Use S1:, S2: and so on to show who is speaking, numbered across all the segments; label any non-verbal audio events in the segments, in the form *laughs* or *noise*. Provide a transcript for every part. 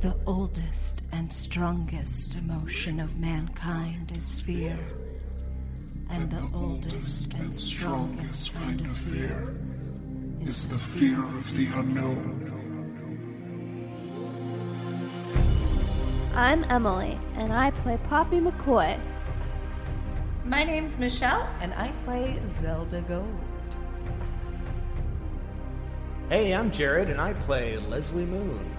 S1: The oldest and strongest emotion of mankind is fear. And the oldest and strongest kind of fear
S2: is the fear of the unknown.
S3: I'm Emily, and I play Poppy McCoy.
S4: My name's Michelle.
S5: And I play Zelda Gold.
S6: Hey, I'm Jared, and I play Leslie Moon.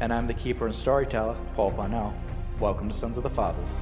S7: And I'm the keeper and storyteller, Paul Parnell. Welcome to Sons of the Fathers.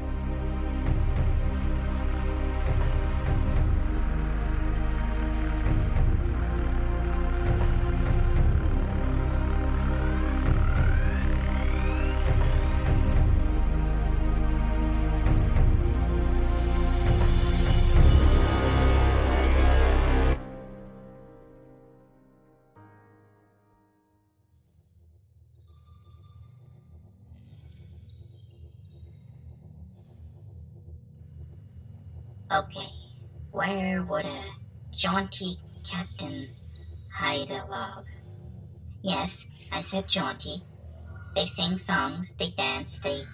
S8: Okay, where would a jaunty captain hide a log? Yes, I said jaunty. They sing songs, they dance, they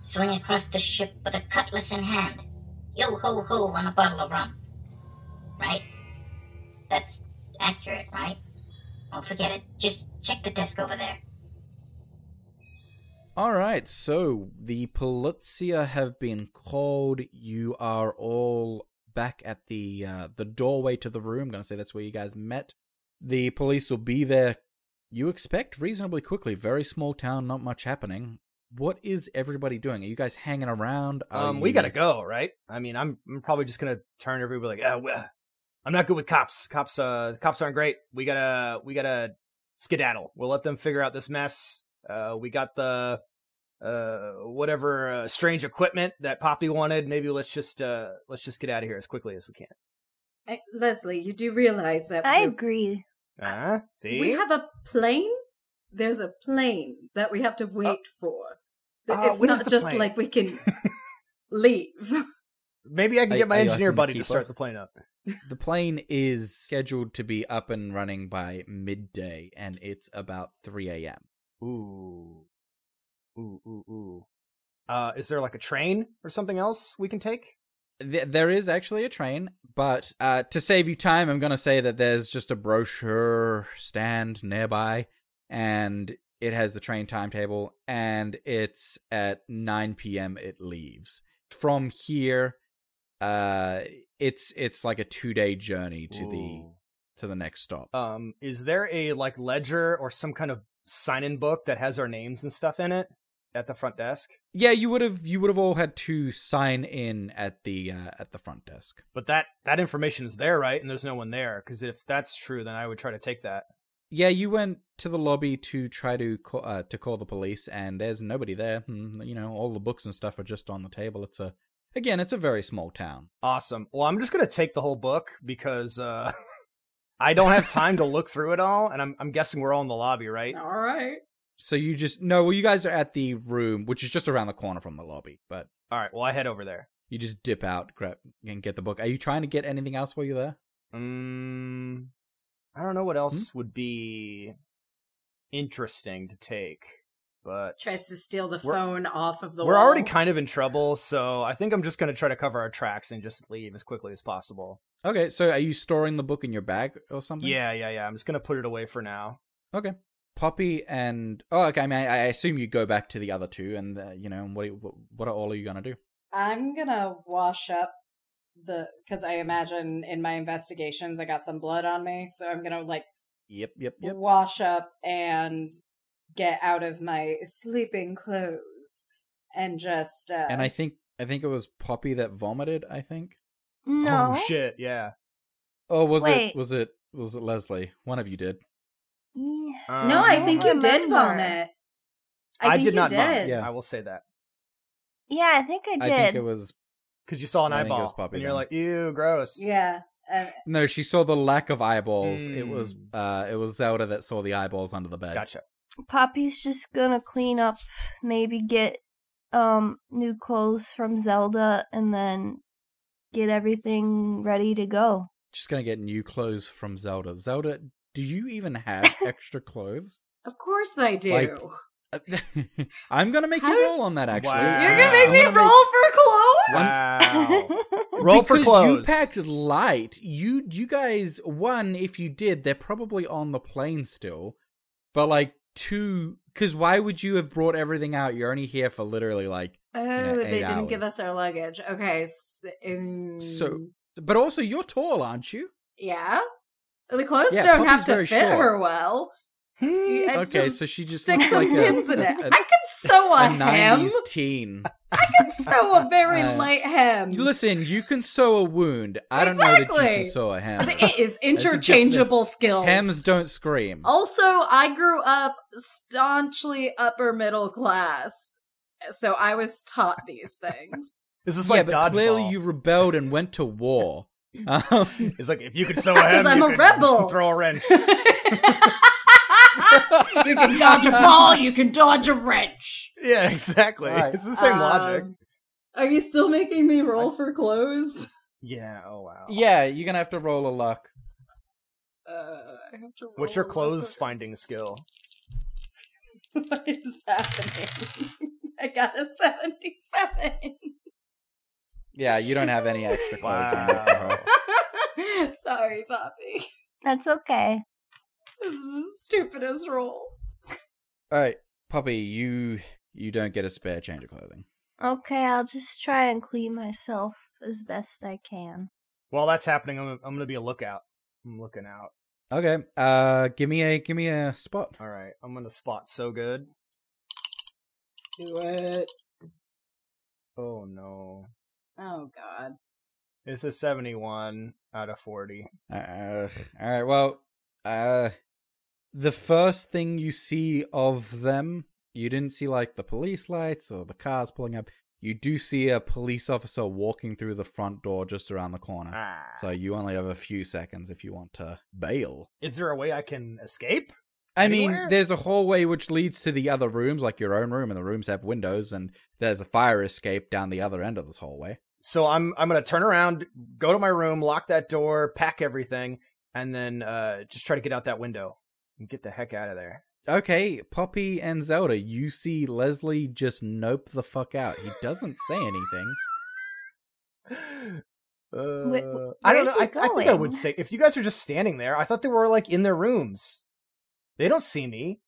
S8: swing across the ship with a cutlass in hand. Yo ho ho on a bottle of rum. Right? That's accurate, right? Don't forget it. Just check the desk over there.
S9: All right, so the Polizia have been called. You are all back at the uh, the doorway to the room. I'm gonna say that's where you guys met. The police will be there. You expect reasonably quickly. Very small town, not much happening. What is everybody doing? Are you guys hanging around? Are
S6: Um, we
S9: you-
S6: gotta go, right? I mean, I'm, I'm probably just gonna turn everybody like, uh, well, I'm not good with cops. Cops, uh, cops aren't great. We gotta, we gotta skedaddle. We'll let them figure out this mess. Uh, we got the, uh, whatever uh, strange equipment that Poppy wanted. Maybe let's just, uh, let's just get out of here as quickly as we can.
S4: Hey, Leslie, you do realize that
S3: I
S4: we're-
S3: agree.
S6: Uh, see,
S4: we have a plane. There's a plane that we have to wait for. Th-
S6: Oh. Ah,
S4: it's
S6: when is
S4: not
S6: the
S4: just
S6: plane?
S4: like
S6: *laughs*
S4: we can leave.
S10: *laughs*
S6: maybe I can
S9: Are-
S6: get my
S9: are you
S6: engineer
S9: asking the
S6: buddy to
S9: keeper?
S6: start the plane up.
S9: *laughs* The plane is scheduled to be up and running by midday, and it's about three a.m.
S6: Ooh. Ooh, ooh, ooh. Uh, is there like a train or something else we can take?
S9: Th- there is actually a train, but uh, to save you time, I'm going to say that there's just a brochure stand nearby, and it has the train timetable, and it's at 9 p.m. It leaves from here. Uh, it's it's like a two day journey to the to the next stop.
S6: Um, is there a like ledger or some kind of sign in book that has our names and stuff in it at the front desk?
S9: yeah, you would have you would have all had to sign in at the uh, at the front desk.
S6: But that that information is there, right? And there's no one there because if that's true, then I would try to take that.
S9: Yeah, you went to the lobby to try to call, uh, to call the police, and there's nobody there. Mm, You know, all the books and stuff are just on the table. It's a again, it's a very small town.
S6: Awesome. Well, I'm just gonna take the whole book because uh, *laughs* I don't have time to look through it all, and I'm I'm guessing we're all in the lobby, right?
S4: All right.
S9: So you just no, well, you guys are at the room, which is just around the corner from the lobby. But
S6: All right. Well, I head over there.
S9: you just dip out, grab and get the book. Are you trying to get anything else while you're there?
S6: Um, I don't know
S4: Hmm?
S6: what else would be interesting to take, but
S4: Tries to steal the
S6: We're-
S4: phone off of the
S6: we're
S4: wall.
S6: already kind of in trouble, so I think I'm just going to try to cover our tracks and just leave as quickly as possible.
S9: Okay, so are you storing the book in your bag or
S4: Mm-hmm.
S9: something?
S6: Yeah, yeah, yeah. I'm just going to put it away for now.
S9: Okay. Poppy and oh, okay. I mean, I, I assume you go back to the other two, and uh, you know, what do you, what are all are you gonna do?
S10: I'm gonna wash up the because I imagine in my investigations I got some blood on me, so I'm gonna like
S9: Yep, yep, yep.
S10: wash up and get out of my sleeping clothes and just uh,
S9: and I think I think it was Poppy that vomited. I think.
S3: No.
S6: Oh shit! Yeah.
S9: Oh, was
S3: Wait.
S9: it? Was it? Was it Leslie? One of you did.
S3: Yeah.
S6: Um,
S4: No, I
S3: don't
S4: think you did
S3: remember.
S4: vomit. I,
S6: I
S4: think
S6: did
S4: you
S6: not
S4: did.
S6: vomit.
S9: Yeah.
S6: I will say that
S3: Yeah, I think I did.
S9: I think it was.
S6: because you saw an
S9: I think it was
S6: eyeball,
S9: Poppy
S6: and you're
S9: then.
S6: like, "Ew, gross."
S10: yeah,
S4: Uh,
S10: and
S9: No, she saw the lack of eyeballs. It was.
S6: Mm.
S9: Uh, it was Zelda that saw the eyeballs under the bed.
S6: Gotcha.
S3: Poppy's just gonna clean up, maybe get um new clothes from Zelda, and then get everything ready to go.
S4: *laughs*
S9: She's gonna get new clothes *laughs* from Zelda. Zelda, do you even have extra clothes?
S4: Of course I do.
S9: Like, I'm gonna make
S4: How-
S9: you roll on that. Actually,
S6: Wow.
S4: You're gonna make
S9: I'm
S4: me
S9: gonna
S4: roll for clothes?
S9: *laughs*
S4: *laughs*
S6: Wow. Roll for
S9: Because You
S6: clothes.
S9: packed light. You you guys one if you did, they're probably on the plane still. But like two, because why would you have brought everything out? You're only here for literally like.
S4: Oh,
S9: know,
S4: they
S9: eight
S4: didn't give
S9: hours.
S4: us our luggage. Okay. s- um,
S9: So- But also, you're tall, aren't you?
S4: yeah, the clothes
S9: Yeah,
S4: don't have
S9: Poppy's
S4: to
S9: very
S4: fit
S9: short.
S4: her well.
S6: Hmm.
S4: I
S9: okay,
S4: just
S9: so she just
S4: stick
S9: looks
S4: some
S9: like
S4: pins
S9: a,
S4: in
S9: a,
S4: it.
S9: a-
S4: I can sew a,
S9: a
S4: hem.
S9: 90s teen.
S4: I can sew a
S9: *laughs*
S4: very
S9: Uh,
S4: light hem.
S9: Listen, you can sew a wound. I don't know that you
S4: Exactly.
S9: can sew a hem.
S4: It is interchangeable skills.
S9: Hems don't scream.
S4: Also, I grew up staunchly upper middle class, so I was taught these
S6: *laughs*
S4: things.
S6: This is
S9: yeah,
S6: like
S9: but
S6: dodgeball.
S9: clearly you rebelled and went to war.
S6: *laughs*
S9: Um, *laughs*
S6: It's like if you could sew
S4: *laughs*
S6: a hem,
S4: I'm
S6: you
S4: a
S6: could
S4: rebel.
S6: Throw a wrench.
S4: you can dodge a ball, you can dodge a wrench.
S6: yeah, *laughs* exactly.
S9: Right.
S6: It's the same logic.
S4: Um, Are you still making me roll for clothes? *laughs*
S6: Yeah. Oh wow.
S9: Yeah, you're gonna have to roll a luck.
S4: Uh, I have to roll
S6: What's your
S4: for
S6: clothes
S4: clothes.
S6: finding skill?
S4: *laughs* What is happening? *laughs* I got a 77.
S9: Yeah, you don't have
S6: *laughs*
S9: any extra clothes.
S6: Wow.
S9: on you for her.
S4: *laughs* Sorry, Poppy.
S3: That's okay.
S4: This is the stupidest roll.
S9: All right, Poppy, you you don't get a spare change of clothing.
S3: Okay, I'll just try and clean myself as best I can.
S6: While that's happening, I'm I'm gonna be a lookout. I'm looking out.
S9: Okay, uh, give me a give me a spot.
S6: All right. I'm gonna spot so good.
S4: Do it.
S6: Oh no.
S4: Oh, God.
S6: This is 71 out of 40.
S9: Uh, all right, well, uh, the first thing you see of them, you didn't see like the police lights or the cars pulling up. You do see a police officer walking through the front door just around the corner.
S6: Ah.
S9: So you only have a few seconds if you want to bail.
S6: Is there a way I can escape?
S9: I
S6: Anywhere?
S9: mean, there's a hallway which leads to the other rooms, like your own room, and the rooms have windows, and there's a fire escape down the other end of this hallway.
S6: So I'm I'm gonna turn around, go to my room, lock that door, pack everything, and then uh, just try to get out that window and get the heck out of there.
S9: Okay, Poppy and Zelda, you see Leslie just nope the fuck out. He doesn't say anything.
S6: Uh,
S3: wh-
S6: I don't
S3: where's
S6: know.
S3: he
S6: I, I think I
S3: going?
S6: would say if you guys are just standing there, I thought they were like in their rooms. They don't see me.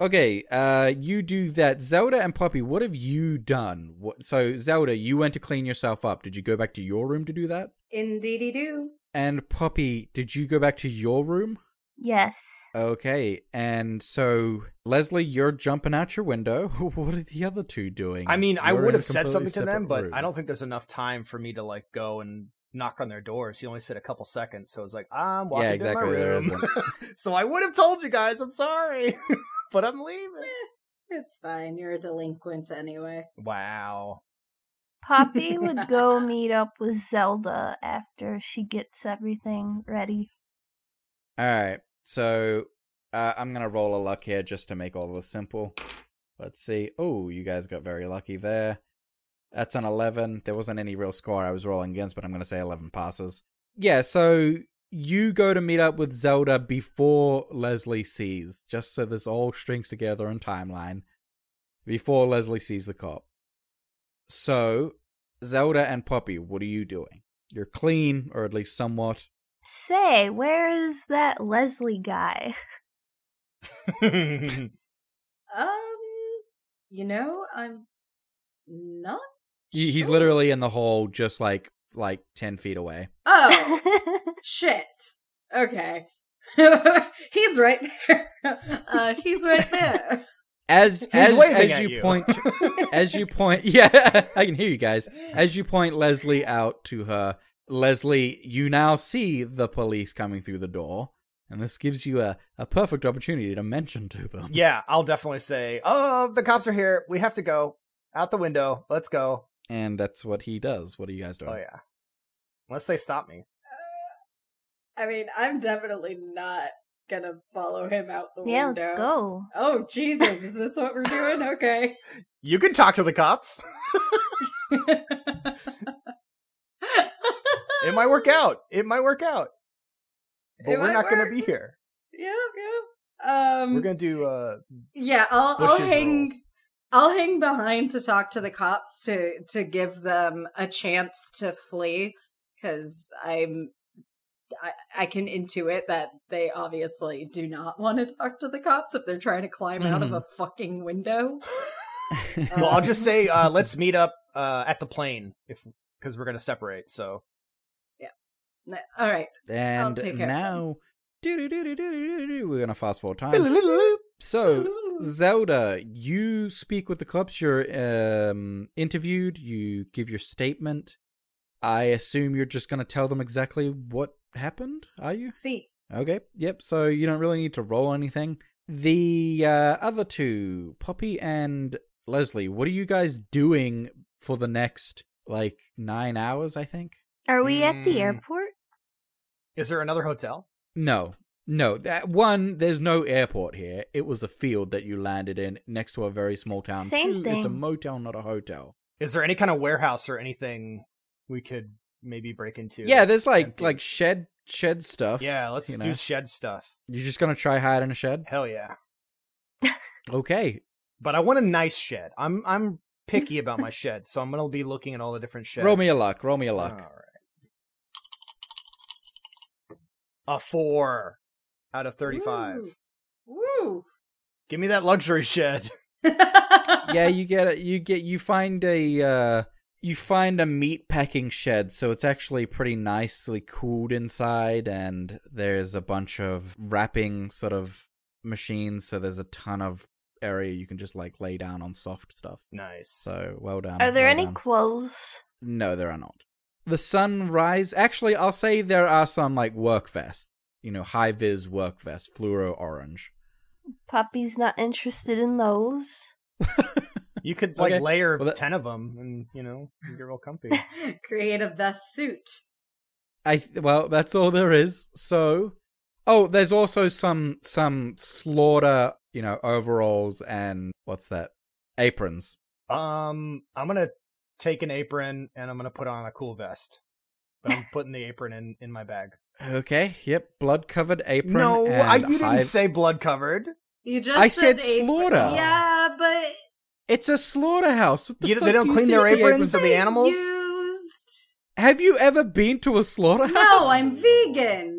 S9: Okay, uh, you do that. Zelda and Poppy, what have you done? What, so, Zelda, you went to clean yourself up. Did you go back to your room to do that?
S4: Indeedy do.
S9: And Poppy, did you go back to your room?
S3: Yes.
S9: Okay, and so Leslie, you're jumping out your window. *laughs* What are the other two doing?
S6: I mean, I
S9: You're
S6: would
S9: in a
S6: have said
S9: completely
S6: something to them,
S9: separate
S6: but
S9: room.
S6: I don't think there's enough time for me to like go and knock on their doors. You only said a couple seconds, so I was like, I'm walking
S9: Yeah,
S6: to my
S9: exactly, there
S6: room. *laughs* so I would have told you guys. I'm sorry, *laughs* but I'm leaving.
S4: It's fine. You're a delinquent anyway.
S6: Wow. *laughs*
S3: Poppy would go meet up with Zelda after she gets everything ready.
S9: All right, so uh, I'm gonna roll a luck here just to make all this simple. Let's see. Oh, you guys got very lucky there. That's an 11. There wasn't any real score I was rolling against, but I'm gonna say 11 passes. Yeah. So you go to meet up with Zelda before Leslie sees, just so this all strings together in timeline. Before Leslie sees the cop. So, Zelda and Poppy, what are you doing? You're clean, or at least somewhat.
S3: Say, where is that Leslie guy?
S4: Um, you know, I'm not.
S9: He- He's
S4: Sure.
S9: literally in the hole, just like like ten feet away.
S4: Oh,
S3: *laughs*
S4: shit. Okay. *laughs* he's right there. *laughs* Uh, he's right there.
S9: As
S6: He's
S9: as
S6: waving
S9: as
S6: at
S9: you,
S6: you.
S9: point, as
S4: *laughs*
S9: you point, yeah, I can hear you guys. As you point Leslie out to her, Leslie, you now see the police coming through the door, and this gives you a a perfect opportunity to mention to them.
S6: yeah, I'll definitely say, oh, the cops are here. We have to go out the window. Let's go.
S9: and that's what he does. What are you guys doing?
S6: Oh yeah. Unless they stop me.
S4: I mean, I'm definitely not gonna follow him out the
S3: yeah,
S4: window.
S3: let's go.
S4: Oh Jesus, is this what we're doing? Okay. *laughs*
S6: You can talk to the cops. It might work out. It might work out. But
S4: It
S6: we're
S4: might
S6: not going
S4: work.
S6: to be here.
S4: Yeah, yeah. Um,
S6: We're gonna do.
S9: *laughs*
S6: uh
S4: Yeah, I'll I'll
S6: Bush's
S4: hang
S6: rolls.
S4: I'll hang behind to talk to the cops to to give them a chance to flee cuz I'm I, I can intuit that they obviously do not want to talk to the cops if they're trying to climb out of
S6: Mhm.
S4: a fucking window.
S6: So I'll
S4: Um,
S6: just say,
S9: *laughs*
S6: uh let's meet up uh at the plane if because we're gonna separate. So
S4: n- All right. I'll
S9: And
S4: take care of them.
S9: now, doo doo doo doo doo doo doo. We're gonna fast forward time. So, Zelda, you speak with the cops. You're um, interviewed. You give your statement. I assume you're just gonna tell them exactly what happened. Are you?
S4: See,
S9: Okay. Yep. So you don't really need to roll anything. The uh, other two, Poppy and Leslie, what are you guys doing for the next like nine hours? I think.
S3: Are we at the
S6: Mm.
S3: airport?
S6: is there another hotel?
S9: No, no. That one, there's no airport here. It was a field that you landed in next to a very small town.
S3: Same
S9: Two, It's a
S3: thing.
S9: motel, not a hotel.
S6: Is there any kind of warehouse or anything we could maybe break into?
S9: Yeah,
S6: that's
S9: there's like
S6: empty?
S9: like shed shed stuff.
S6: yeah. Let's
S9: you
S6: do
S9: know.
S6: shed stuff.
S9: You're just gonna try hide in a shed.
S6: Hell yeah.
S9: Okay.
S6: But I want a nice shed. I'm
S9: *laughs*
S6: I'm picky about my shed, so I'm gonna be looking at all the different sheds.
S9: Roll me a luck. Roll me a luck.
S6: All right. A four out of thirty-five.
S4: Woo.
S6: Give me that luxury shed. *laughs*
S4: *laughs*
S9: yeah, you get a, you get you find a uh, you find a meat packing shed, so it's actually pretty nicely cooled inside, and there's a bunch of wrapping sort of machines, so there's a ton of area you can just like lay down on soft stuff.
S6: Nice.
S9: So well done.
S3: Are there
S9: well
S3: any
S9: done.
S3: clothes?
S9: No, there are not. The sunrise. Actually, I'll say there are some like work vests. You know, high vis work vest, fluoro orange.
S3: Poppy's not interested in those.
S6: you could like
S9: Okay.
S6: layer
S9: Well, that-
S6: ten of them, and you know, you get real *laughs* comfy.
S4: Create a vest suit.
S9: I th- well, that's all there is. So, oh, there's also some some slaughter, you know, overalls and what's that? Aprons.
S6: um, I'm gonna take an apron and I'm gonna put on a cool vest. But I'm putting the apron in in my bag.
S9: Okay. Yep. Blood covered apron.
S6: no,
S9: and
S6: I, you
S9: high-
S6: didn't say blood covered.
S4: You just
S9: I said
S4: apron.
S9: slaughter.
S4: Yeah, but
S9: It's a slaughterhouse. What the
S6: You-
S9: fuck
S6: they don't
S9: do you
S6: clean
S9: think
S6: their
S9: the
S6: aprons of the
S4: they
S6: animals?
S4: Used.
S9: Have you ever been to a slaughterhouse?
S4: No, I'm
S6: *laughs*
S4: vegan.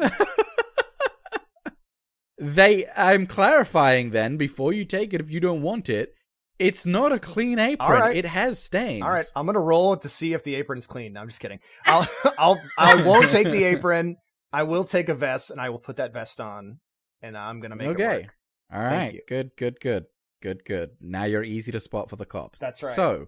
S9: They. I'm clarifying then before you take it if you don't want it. It's not a clean apron.
S6: All right.
S9: It has stains.
S6: All right, I'm gonna roll it to see if the apron's clean. No, I'm just kidding. I'll, *laughs* I'll, I won't take the apron. I will take a vest, and I will put that vest on, and I'm gonna make it
S9: Okay.
S6: work.
S9: All
S6: Thank
S9: right.
S6: you.
S9: Good, good, good. Good, good. Now you're easy to spot for the cops.
S6: That's right.
S9: So,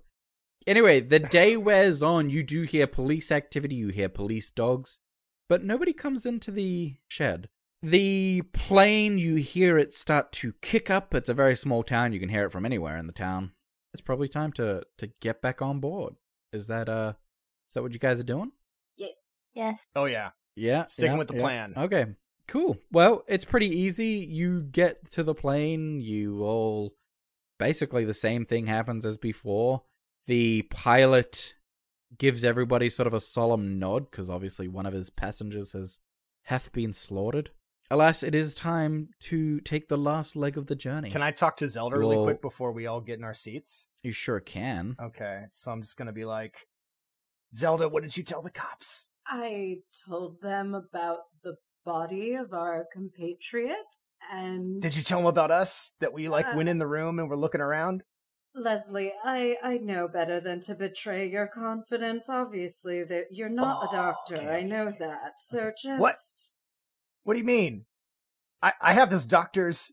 S9: anyway,
S6: *laughs*
S9: the day wears on. You do hear police activity, you hear police dogs, but nobody comes into the shed. The plane, you hear it start to kick up. It's a very small town. You can hear it from anywhere in the town. It's probably time to to get back on board. Is that uh is that what you guys are doing?
S4: yes.
S3: Yes.
S6: Oh yeah,
S9: Yeah.
S6: Sticking
S9: yeah,
S6: with the
S9: yeah.
S6: plan.
S9: Okay. Cool. Well, it's pretty easy. You get to the plane, you all basically the same thing happens as before. The pilot gives everybody sort of a solemn nod because obviously one of his passengers has hath been slaughtered. Alas, it is time to take the last leg of the journey.
S6: Can I talk to Zelda really
S9: Well-
S6: quick before we all get in our seats?
S9: You sure can.
S6: Okay, so I'm just gonna be like, Zelda, what did you tell the cops?
S4: I told them about the body of our compatriot and
S6: Did you tell them about us that we like
S4: Uh.
S6: went in the room and were looking around?
S4: Leslie, I I know better than to betray your confidence. Obviously, that you're not
S6: Oh,
S4: a doctor.
S6: okay,
S4: I
S6: okay,
S4: know
S6: okay.
S4: that. So just
S6: What? What do you mean? I, I have this doctor's.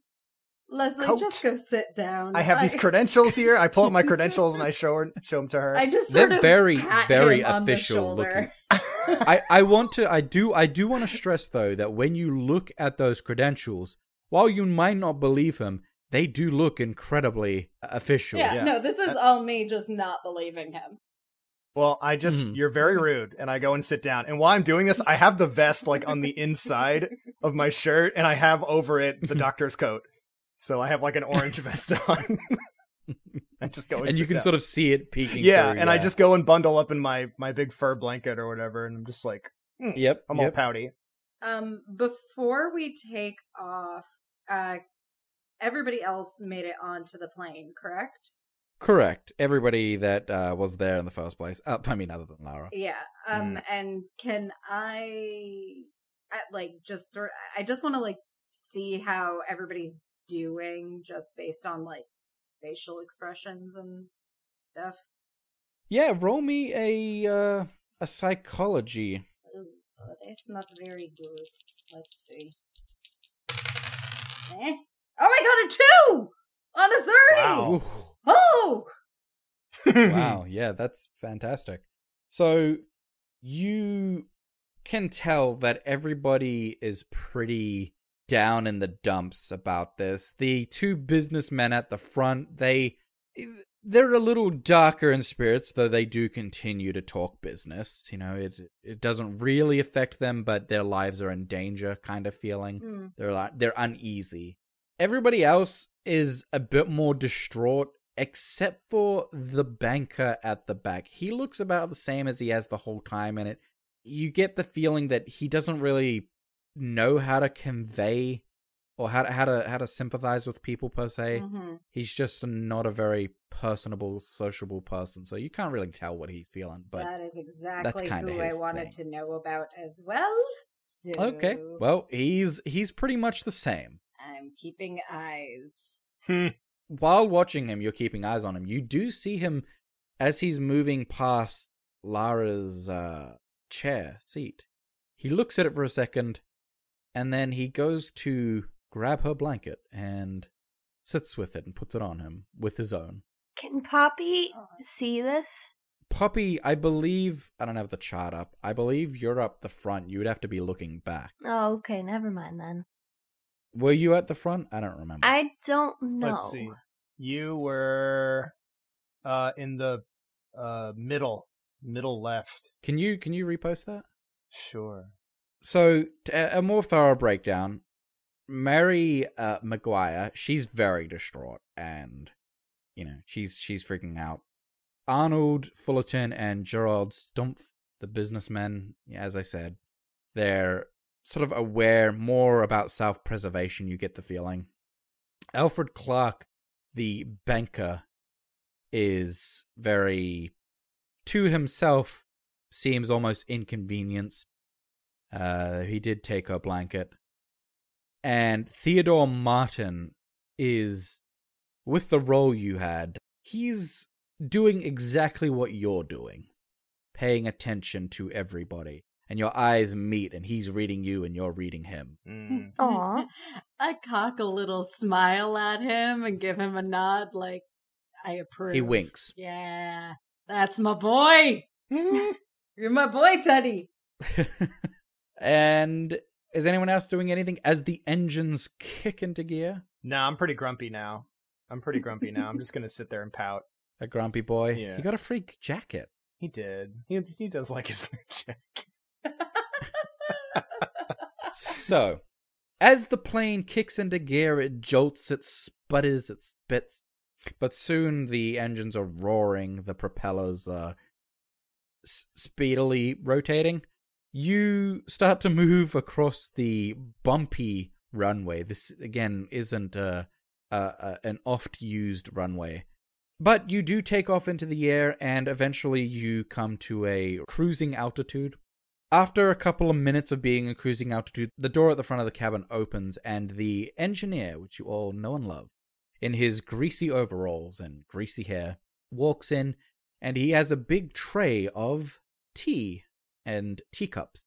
S4: Leslie,
S6: Coat.
S4: just go sit down.
S6: I have these credentials here. I pull
S4: *laughs*
S6: up my credentials and I show her, show them to her.
S4: I just
S9: They're
S4: sort of
S9: very,
S4: pat
S9: very
S4: him on the
S9: official
S4: shoulder.
S9: looking. I, I want to I do I do want to stress though that when you look at those credentials, while you might not believe him, they do look incredibly uh, official.
S10: Yeah,
S6: Yeah.
S10: no, this is all me just not believing him.
S6: Well, I just
S9: Mhm.
S6: you're very rude, and I go and sit down. And while I'm doing this, I have the vest like on the inside of my shirt, and I have over it the
S9: *laughs*
S6: doctor's coat. So I have like an orange vest *laughs* on. I just go and,
S9: and you
S6: sit
S9: can
S6: down.
S9: sort of see it peeking.
S6: yeah,
S9: through,
S6: and I just go and bundle up in my my big fur blanket or whatever, and I'm just like
S9: yep.
S6: I'm all
S9: yep.
S6: pouty.
S4: Um, before we take off, uh, everybody else made it onto the plane, correct?
S9: Correct. Everybody that uh, was there in the first place. Uh, I mean, other than Lara.
S4: Yeah. Um. And can I, I, like, just sort? I just want to like see how everybody's doing, just based on like facial expressions and stuff.
S9: Yeah, roll me a uh, a psychology.
S4: Ooh, that's not very good. Let's see. Eh? Oh, I got a two on a thirty.
S9: Oof.
S4: Oh,
S9: *laughs*
S6: *laughs*
S9: wow, yeah, that's fantastic. So you can tell that everybody is pretty down in the dumps about this. The two businessmen at the front, they they're a little darker in spirits, though they do continue to talk business. You know, it it doesn't really affect them, but their lives are in danger kind of feeling.
S4: Mm.
S9: They're li- they're uneasy. Everybody else is a bit more distraught except for the banker at the back. He looks about the same as he has the whole time, and it you get the feeling that he doesn't really know how to convey or how to how to how to sympathize with people per se.
S4: Mhm.
S9: He's just not a very personable, sociable person, so you can't really tell what he's feeling. But
S4: that is exactly
S9: kinda
S4: who I
S9: his
S4: wanted to know about as well. So
S9: okay, well, he's he's pretty much the same.
S4: I'm keeping
S10: *laughs*
S4: eyes.
S6: Hmm.
S9: while watching him, you're keeping eyes on him. You do see him as he's moving past Lara's uh, chair seat. He looks at it for a second, and then he goes to grab her blanket and sits with it and puts it on him with his own.
S3: Can Poppy
S4: Oh.
S3: see this?
S9: Poppy, I believe I don't have the chart up. I believe you're up the front. You would have to be looking back.
S3: Oh, okay, never mind then.
S9: Were you at the front? I don't remember.
S3: I don't know.
S6: Let's see. You were uh, in the uh, middle, middle left.
S9: Can you can you repost that?
S6: Sure.
S9: so t- a a more thorough breakdown mary uh, mcguire she's very distraught and you know she's she's freaking out arnold fullerton and gerald stumpf the businessmen yeah, as i said they're sort of aware more about self-preservation you get the feeling alfred clark the banker is very to himself seems almost inconvenienced uh, he did take her blanket. And Theodore Martin is, with the role you had, he's doing exactly what you're doing, paying attention to everybody. And your eyes meet, and he's reading you, and you're reading him.
S6: Mm.
S4: *laughs*
S3: Aw.
S10: I cock a little smile at him and give him a nod, like I approve.
S9: He winks.
S10: Yeah, that's my boy. *laughs*
S9: *laughs*
S10: You're my boy, Teddy.
S9: and is anyone else doing anything as the engines kick into gear?
S6: Nah, I'm pretty grumpy now. I'm *laughs* pretty grumpy now. I'm just gonna sit there and pout.
S9: A grumpy boy.
S6: Yeah.
S9: He got a freak jacket.
S6: He did. He he does like his *laughs* jacket.
S9: so, as the plane kicks into gear, it jolts, it sputters, it spits. But soon the engines are roaring, the propellers are s- speedily rotating. You start to move across the bumpy runway. This, again, isn't a, a, a, an oft used runway. But you do take off into the air, and eventually you come to a cruising altitude. After a couple of minutes of being in cruising altitude, the door at the front of the cabin opens, and the engineer, which you all know and love, in his greasy overalls and greasy hair, walks in, and he has a big tray of tea and teacups,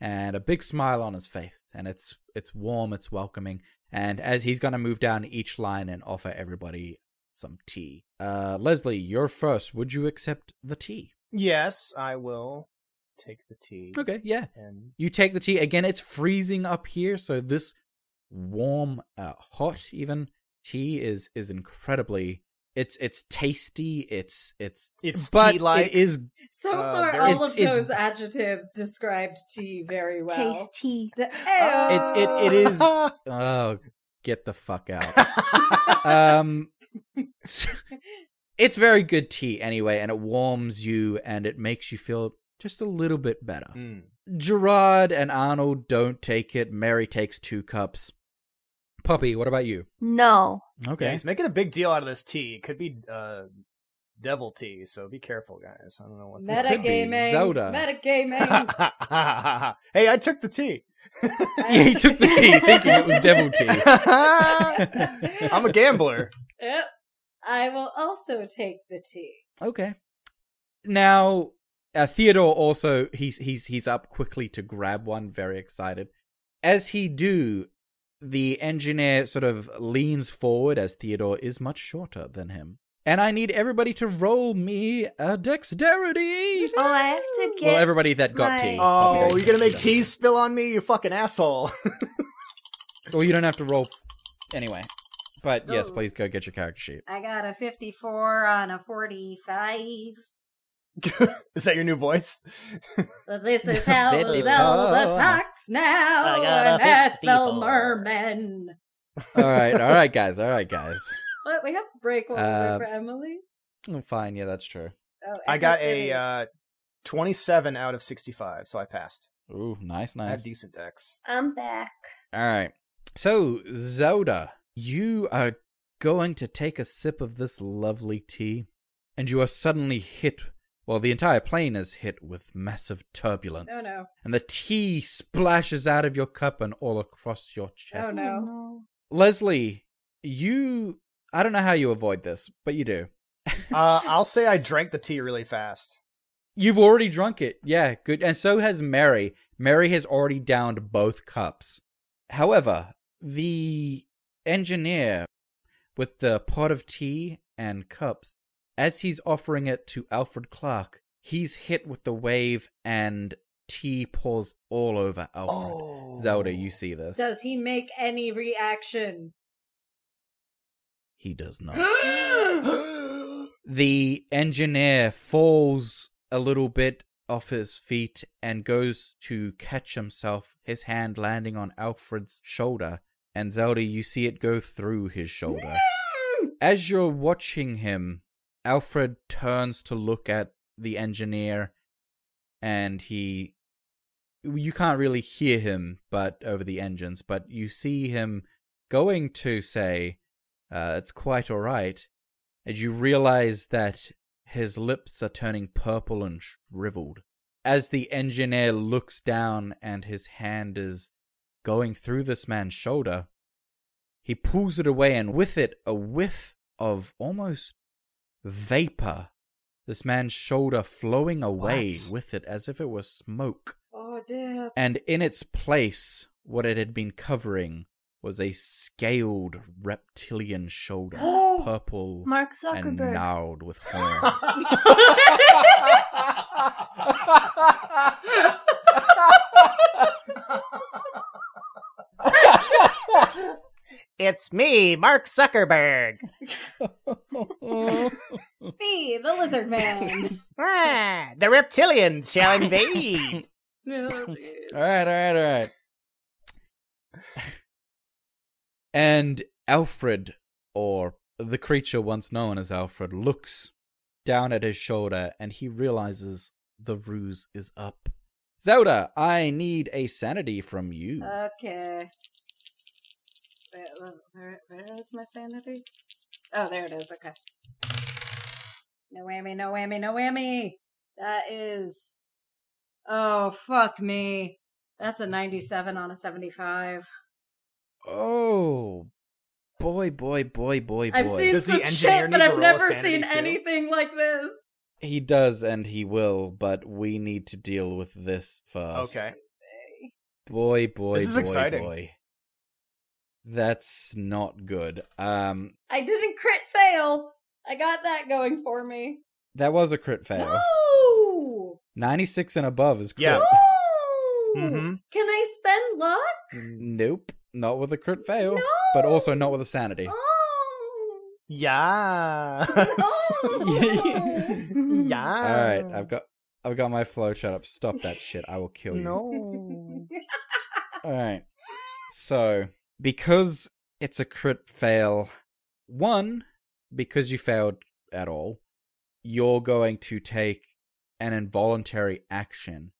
S9: and a big smile on his face, and it's it's warm, it's welcoming, and as he's gonna move down each line and offer everybody some tea. Uh, Leslie, you're first. Would you accept the tea?
S6: Yes, I will take the tea.
S9: Okay, yeah.
S6: And
S9: You take the tea again. It's freezing up here, so this warm, uh, hot even tea is is incredibly. It's it's tasty. It's it's
S6: It's
S9: but
S6: tea-like.
S9: it is
S10: So
S6: Uh,
S10: far,
S6: very-
S10: all of
S9: It's- it's-
S10: those adjectives described tea very well.
S3: Tasty.
S10: D- Ayo.
S9: Oh, it- it
S6: *laughs*
S9: is- oh get the fuck out. um, *laughs* it's very good tea anyway, and it warms you and it makes you feel just a little bit better.
S6: Mm.
S9: Gerard and Arnold don't take it. Mary takes two cups. Poppy, what about you?
S3: No.
S9: Okay.
S6: Yeah, he's making a big deal out of this tea. It could be uh, devil tea, so be careful, guys. I don't know what's in
S9: Meta-
S6: it.
S9: be
S4: Metagaming.
S9: Zelda. *laughs*
S4: Metagaming.
S6: *laughs* hey, I took the tea.
S9: yeah, *laughs* he took the tea thinking it was devil tea.
S6: *laughs* I'm a gambler.
S4: Yep. Oh, I will also take the tea.
S9: Okay. Now, uh, Theodore also he's he's he's up quickly to grab one, very excited. As he do, the engineer sort of leans forward as Theodore is much shorter than him. And I need everybody to roll me a dexterity.
S3: Oh, I have to get.
S9: Well, everybody that got
S3: my-
S9: tea. probably got
S6: Oh, you're gonna make
S9: dexterity.
S6: tea spill on me, you fucking asshole. *laughs*
S9: Well, you don't have to roll anyway. But yes,
S4: Oh.
S9: please go get your character sheet.
S4: I got a 54 on a 45.
S6: Is that your new voice? *laughs*
S4: This is how
S9: 54.
S4: Zelda talks now.
S6: I got a
S4: an
S6: 54.
S4: Ethel Merman.
S9: All right, all right, guys, all right, guys.
S4: What, we have break one
S9: Uh,
S4: for Emily?
S9: Oh, *laughs* Fine, yeah, that's true.
S4: Oh,
S6: I got a
S4: Emily.
S6: uh, 27 out of 65, so I passed.
S9: Ooh, nice,
S6: I have
S9: nice.
S6: decent decks.
S3: I'm back.
S9: All right. So, Zelda, you are going to take a sip of this lovely tea, and you are suddenly hit. Well, the entire plane is hit with massive turbulence,
S4: Oh no.
S9: and the tea splashes out of your cup and all across your chest.
S4: Oh, no.
S9: Leslie, you. I don't know how you avoid this, but you do.
S6: Uh, I'll say I drank the tea really fast.
S9: You've already drunk it. Yeah, good. And so has Mary. Mary has already downed both cups. However, the engineer with the pot of tea and cups, as he's offering it to Alfred Clark, he's hit with the wave and tea pours all over Alfred. Zelda, you see this.
S4: Does he make any reactions?
S9: he does not. the engineer falls a little bit off his feet and goes to catch himself, his hand landing on Alfred's shoulder. And Zelda, you see it go through his shoulder. As you're watching him, Alfred turns to look at the engineer and he. You can't really hear him, but over the engines, but you see him going to say, uh, It's quite alright as you realize that his lips are turning purple and shriveled. As the engineer looks down and his hand is going through this man's shoulder, he pulls it away, and with it, a whiff of almost vapor. This man's shoulder flowing away
S6: What?
S9: with it as if it was smoke.
S4: Oh
S6: *laughs*
S4: dear.
S9: And in its place, what it had been covering was a scaled
S3: *gasps*
S9: reptilian shoulder, purple
S3: Mark
S9: and
S3: Zuckerberg. *laughs*
S9: gnarled with horn.
S6: it's me, Mark Zuckerberg.
S4: Me, the
S6: *laughs*
S4: lizard man.
S6: Ah, the reptilians shall invade.
S4: No.
S9: all right, all right, all right. *laughs* and Alfred, or the creature once known as Alfred, looks down at his shoulder and he realizes the ruse is up. Zelda, I need a sanity from you.
S3: Uh,
S4: okay. Wait, where, where is my sanity? Oh, there it is. Okay. No whammy, no whammy, no whammy. That is. Oh, fuck me. That's a 97 on a 75.
S9: oh, boy, boy, boy, boy, boy.
S4: I've seen
S6: Does the
S4: some
S6: engineer need
S4: shit, but
S6: to
S4: I've
S6: roll a
S4: never
S6: sanity
S4: seen
S6: too?
S4: anything like this.
S9: He does and he will, but we need to deal with this first.
S6: okay.
S9: Boy, boy,
S6: This is
S9: boy,
S6: exciting.
S9: boy. That's not good. Um
S4: I didn't crit fail. I got that going for me.
S9: that was a crit fail.
S4: No!
S9: 96 and above is crit.
S6: Yeah.
S4: No!
S6: Mhm.
S4: Can I spend luck?
S9: Nope. Not with a crit fail,
S4: No!
S9: but also not with a sanity.
S4: Oh!
S6: Yeah. *laughs*
S9: *laughs*
S4: No!
S6: yeah.
S9: All right,
S6: Oh.
S9: I've got I've got my flow shut up. Stop that shit. I will kill you. *laughs*
S4: Oh!
S6: No.
S9: All right. So, because it's a crit fail, one, because you failed at all, you're going to take an involuntary action.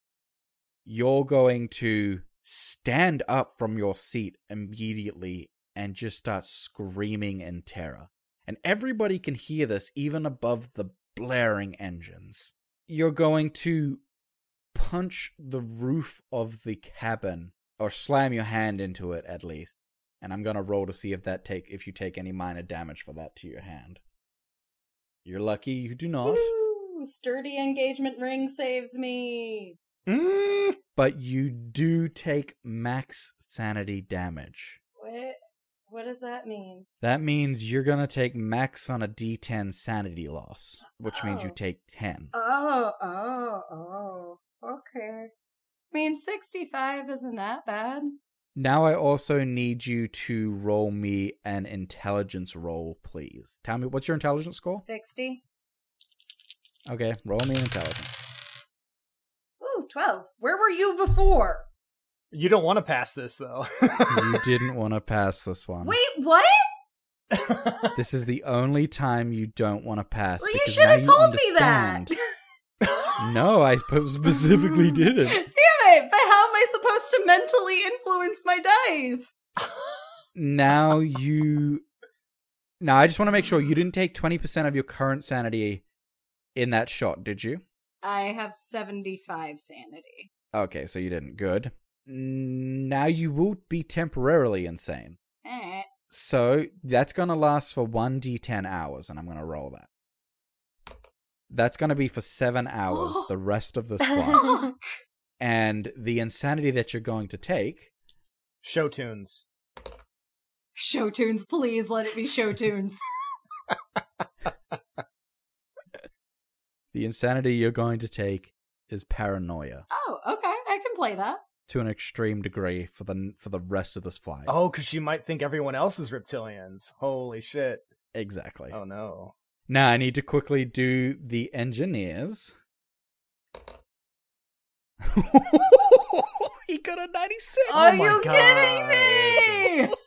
S9: You're going to stand up from your seat immediately and just starts screaming in terror. And everybody can hear this even above the blaring engines. You're going to punch the roof of the cabin or slam your hand into it at least. And I'm going to roll to see if that take if you take any minor damage for that to your hand. You're lucky you do not.
S4: Woo! Sturdy engagement ring saves me.
S6: Mm.
S9: But you do take max sanity damage.
S4: What? What does that mean?
S9: That means you're gonna take max on a D10 sanity loss, which means you
S4: Oh.
S9: take 10.
S4: Oh, oh, oh. Okay. I mean, 65 isn't that bad.
S9: Now I also need you to roll me an intelligence roll, please. Tell me what's your intelligence score?
S4: 60.
S9: Okay, roll me an intelligence.
S4: Ooh, 12. Where were you before?
S6: You don't want to pass this though.
S9: you didn't want to pass this one.
S4: Wait, what?
S9: This is the only time you don't want to pass.
S4: Well, you
S9: because
S4: should
S9: now
S4: have told me that.
S9: understand. no, I sp- specifically didn't.
S4: *laughs* Damn it. But how am I supposed to mentally influence my dice?
S9: Now you. Now I just want to make sure you didn't take twenty percent of your current sanity in that shot, did you?
S4: I have 75 sanity.
S9: Okay, so you didn't. Good. Now you will be temporarily insane.
S4: Alright.
S9: So that's going to last for 1d10 hours, and I'm going to roll that. That's going to be for seven hours the rest of this
S3: *laughs*
S9: flight.
S4: *laughs*
S9: and the insanity that you're going to take,
S6: *laughs* Show tunes.
S4: Show tunes, please let it be show tunes.
S9: the insanity you're going to take is paranoia
S4: Oh, okay. I can play that.
S9: to an extreme degree for the for the rest of this flight.
S6: Oh, because she might think everyone else is reptilians. Holy shit.
S9: Exactly.
S6: Oh no.
S9: Now I need to quickly do the engineers. *laughs* he got a 96.
S4: Are
S6: Oh my
S4: you kidding me?
S9: *laughs*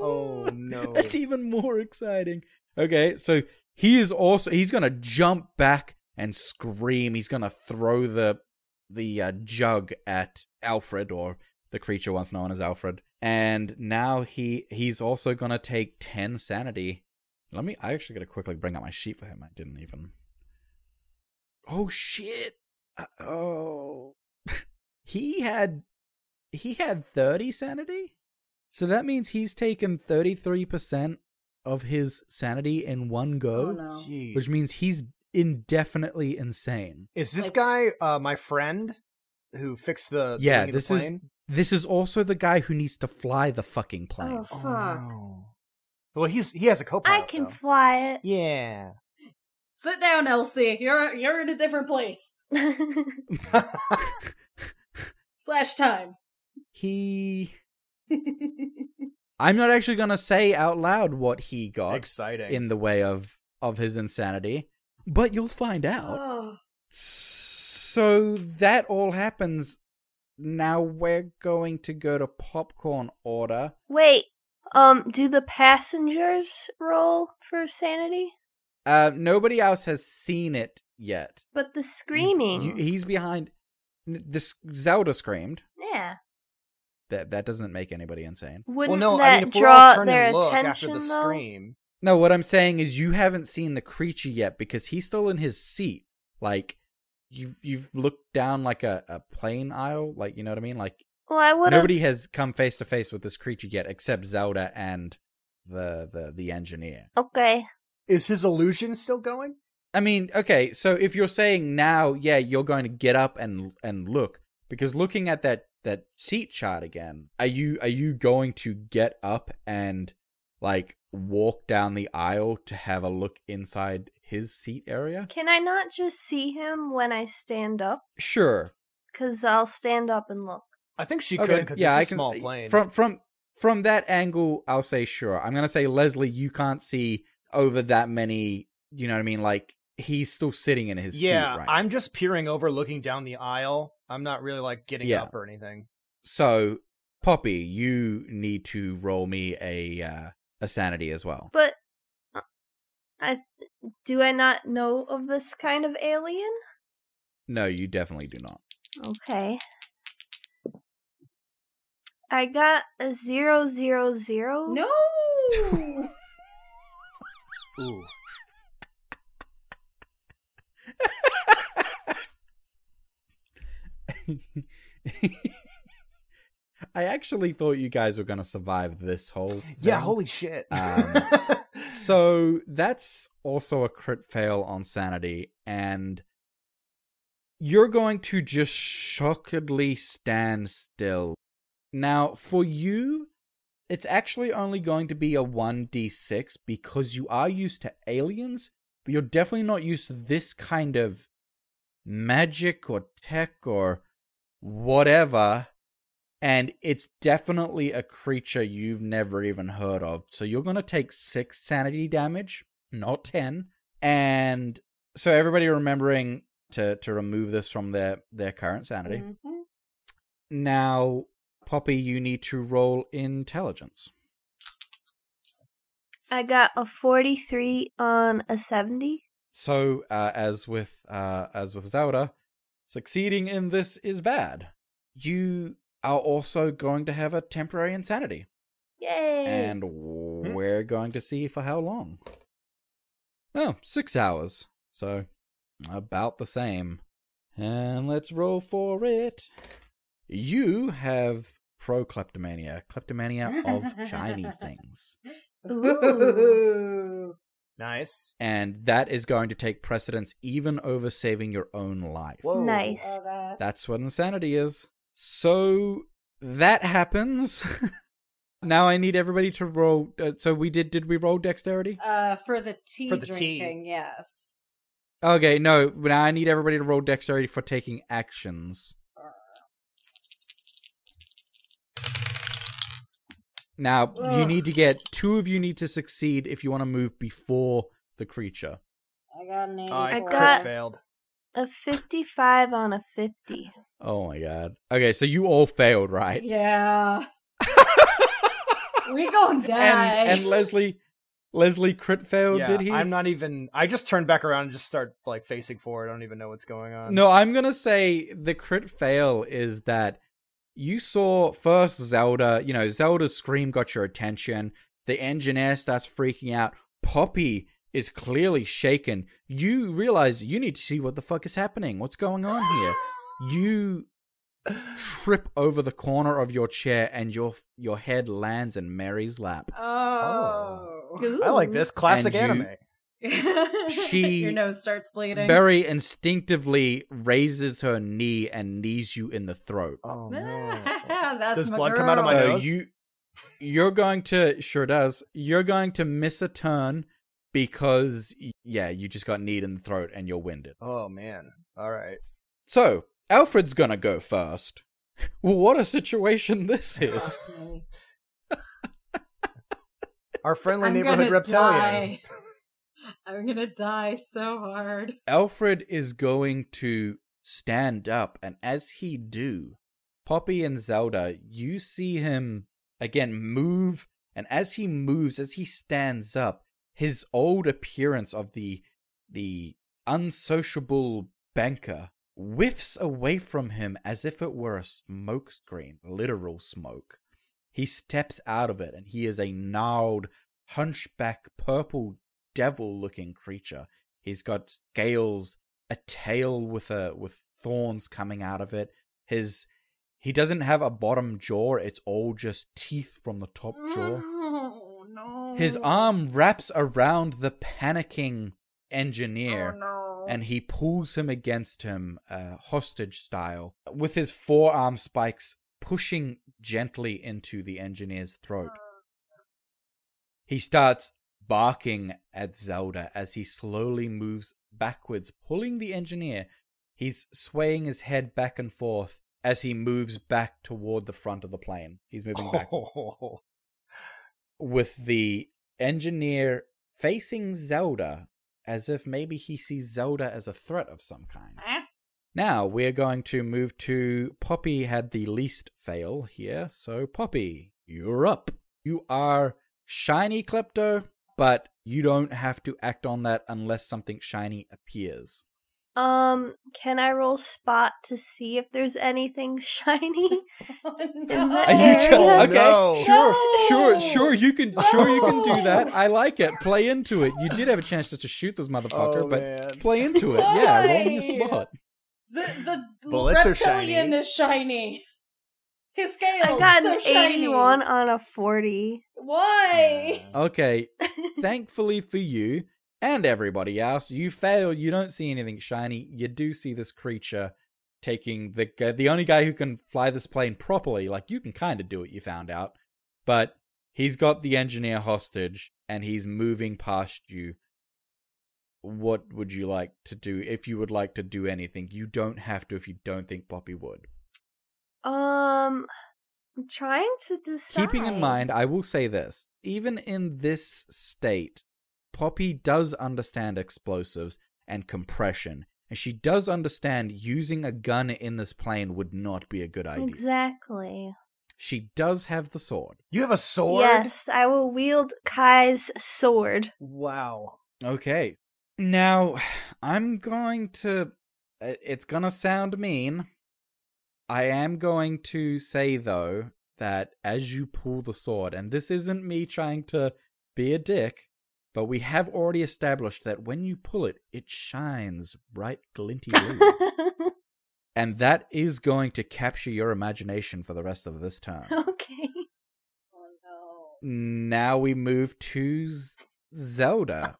S6: Oh no.
S9: That's e- even more exciting. Okay, so he is also he's gonna jump back and scream. He's gonna throw the the uh, jug at Alfred or the creature once known as Alfred. And now he he's also gonna take ten sanity. Let me. I actually gotta quickly bring up my sheet for him. I didn't even. Oh shit! Uh, oh, *laughs* he had he had thirty sanity. So that means he's taken 33% of his sanity in one
S4: Oh,
S9: go,
S4: no.
S6: Jeez.
S9: which means he's indefinitely insane.
S6: Is this
S4: Like-
S6: guy uh, my friend who fixed the the
S9: Yeah,
S6: wing of Uh, the
S9: this is-
S6: plane?
S9: This is also the guy who needs to fly the fucking plane.
S4: Oh,
S6: Oh,
S4: fuck.
S6: no. Well, he's he has a
S3: I
S6: co-pilot.
S3: can
S6: though.
S3: fly
S6: yeah.
S4: Sit down, Elsie. You're you're in a different place.
S3: it.
S4: Slash time.
S9: He I'm not actually going to say out loud what he got
S6: Exciting.
S9: in the way of of his insanity, but you'll find out.
S4: oh,
S9: So that all happens. Now we're going to go to popcorn order.
S3: Wait, um, do the passengers roll for sanity?
S9: Uh, nobody else has seen it yet.
S3: But the screaming,
S9: You- he's behind. n- This Zelda screamed.
S3: yeah,
S9: That that doesn't make anybody insane.
S6: well,
S3: wouldn't
S6: no, I
S3: that
S6: mean if we're
S3: draw
S6: all turn
S3: their
S6: and look after
S3: attention
S6: the
S3: though?
S6: scream.
S9: No, what I'm saying is you haven't seen the creature yet because he's still in his seat. Like you've you've looked down like a, a plane aisle. Like you know what I mean. Like
S3: Well, I would
S9: nobody
S3: have.
S9: has come face to face with this creature yet, except Zelda and the the the engineer.
S3: Okay,
S6: Is his illusion still going?
S9: I mean, okay, so if you're saying now, yeah, you're going to get up and and look because looking at that that seat chart again, are you are you going to get up and like walk down the aisle to have a look inside his seat area?
S3: can I not just see him when I stand up?
S9: Sure.
S3: Cause I'll stand up and look.
S6: I think she
S9: Okay,
S6: could because it's a small plane.
S9: From from from that angle, I'll say sure. I'm gonna say Leslie, you can't see over that many. You know what I mean? Like he's still sitting in his
S6: yeah,
S9: seat. Right now.
S6: I'm just peering over, looking down the aisle. I'm not really like getting
S9: Yeah.
S6: up or anything.
S9: So, Poppy, you need to roll me a uh, a sanity as well.
S3: But uh, I do I not know of this kind of alien?
S9: No, you definitely do not.
S3: Okay. I got a zero zero zero.
S4: Oh, No.
S6: Ooh.
S9: *laughs* I actually thought you guys were going to survive this whole.
S6: Yeah,
S9: thing.
S6: holy shit.
S9: Um, so that's also a crit fail on sanity, and you're going to just shockedly stand still. Now, for you, it's actually only going to be a 1d6 because you are used to aliens, but you're definitely not used to this kind of magic or tech or whatever. And it's definitely a creature you've never even heard of. So you're going to take six sanity damage, not 10. And so everybody remembering to, to remove this from their, their current sanity.
S4: Mhm.
S9: Now, Poppy, you need to roll intelligence.
S3: I got a forty three on a seventy.
S9: So, uh, as with uh, as with Zelda, succeeding in this is bad. You are also going to have a temporary insanity,
S3: Yay!
S9: and we're going to see for how long. Oh, six hours. So, about the same. And let's roll for it. You have pro kleptomania, kleptomania of shiny things.
S4: *laughs* Ooh.
S6: *laughs* nice.
S9: and that is going to take precedence even over saving your own life.
S6: Whoa.
S3: Nice.
S4: Oh, that's,
S9: That's what insanity is. So that happens. *laughs* now I need everybody to roll. Uh, so we did. Did we roll dexterity?
S4: uh for the tea
S6: For the tea.
S4: drinking. Yes.
S9: Okay, no. Now I need everybody to roll dexterity for taking actions. Now you
S4: Ugh.
S9: need to get two of you need to succeed if you want to move before the creature.
S4: I got an
S6: Oh, I
S3: I
S4: 84.
S6: crit
S3: got-
S6: failed.
S3: a fifty five on a fifty.
S9: Oh my god. Okay, so you all failed,
S6: *laughs*
S9: right?
S4: Yeah. we gonna die.
S9: and, and Leslie, Leslie crit failed.
S6: yeah,
S9: Oh, did he?
S6: I'm not even. I just turned back around and just start like facing forward. I don't even know what's going on.
S9: No, I'm gonna say the crit fail is that you saw first Zelda. You know, Zelda's scream got your attention. The engineer starts freaking out. Poppy is clearly shaken. You realize you need to see what the fuck is happening. What's going on
S4: *laughs*
S9: here? You trip over the corner of your chair and your your head lands in Mary's lap.
S4: oh.
S6: I like this classic
S9: And you-
S6: anime.
S9: She-
S4: Your nose starts bleeding. *laughs*
S9: very instinctively raises her knee and knees you in the throat.
S6: Oh no! *laughs*
S4: That's
S6: Does
S4: my
S6: blood
S4: girl.
S6: come out of my
S9: so
S6: nose?
S9: you you're going to sure does. You're going to miss a turn because y- yeah, you just got kneed in the throat and you're winded.
S6: oh man! All right.
S9: So, Alfred's going to go first. *laughs* What a situation this
S4: *laughs*
S9: is.
S6: *laughs* Our friendly
S4: I'm
S6: neighborhood
S4: gonna
S6: reptilian.
S4: die. *laughs* I'm gonna die so hard.
S9: Alfred is going to stand up, and as he do, Poppy and Zelda, you see him again move, and as he moves, as he stands up, his old appearance of the the unsociable banker whiffs away from him as if it were a smoke screen, literal smoke. He steps out of it, and he is a gnarled, hunchback, purple devil-looking creature. He's got scales, a tail with a with thorns coming out of it. His he doesn't have a bottom jaw, it's all just teeth from the top jaw.
S4: Oh, *laughs* no.
S9: His
S4: *laughs*
S9: arm wraps around the panicking engineer
S4: Oh, no.
S9: and he pulls him against him, uh, hostage style, with his forearm spikes pushing gently into the engineer's throat. He starts barking at Zelda as he slowly moves backwards, pulling the engineer. He's swaying his head back and forth as he moves back toward the front of the plane. He's
S4: *laughs*
S9: moving back
S6: Oh,
S9: with the engineer facing Zelda as if maybe he sees Zelda as a threat of some kind.
S4: Ah.
S9: Now we're going to move to Poppy had the least fail here. So Poppy, you're up. You are shiny klepto, but you don't have to act on that unless something shiny appears.
S3: Um, can I roll spot to see if there's anything *laughs* shiny?
S4: Oh,
S3: in
S4: no.
S3: the
S9: Are you
S3: area?
S9: tr- okay?
S6: No.
S9: Sure, sure,
S4: No.
S9: sure. You can, sure you can do that. I like it. Play into it. You did have a chance just to shoot this motherfucker,
S6: Oh,
S9: but
S6: man.
S9: play into it. Yeah, roll me a
S4: Why?
S9: spot.
S4: The the
S6: Bullets are
S4: reptilian
S6: shiny.
S4: is shiny. His
S3: I
S4: scales
S3: got
S4: Oh, so
S3: an
S4: shiny.
S3: 81 on a 40.
S4: Why?
S9: *laughs* Okay. Thankfully for you and everybody else, you fail. You don't see anything shiny. You do see this creature taking the gu- the only guy who can fly this plane properly. Like you can kind of do it. You found out, but he's got the engineer hostage and he's moving past you. What would you like to do if you would like to do anything? You don't have to if you don't think Poppy would.
S3: Um, I'm trying to decide.
S9: Keeping in mind, I will say this even in this state, Poppy does understand explosives and compression, and she does understand using a gun in this plane would not be a good idea.
S3: Exactly.
S9: She does have the sword.
S6: You have a sword?
S3: Yes, I will wield Kai's sword. *laughs*
S6: Wow.
S9: Okay. Now, *sighs* I'm going to. i- It's going to sound mean. I am going to say, though, that as you pull the sword, and this isn't me trying to be a dick, but we have already established that when you pull it, it shines bright, glinty blue.
S3: okay.
S9: and that is going to capture your imagination for the rest of this turn.
S4: Oh
S9: now we move to Z- Zelda.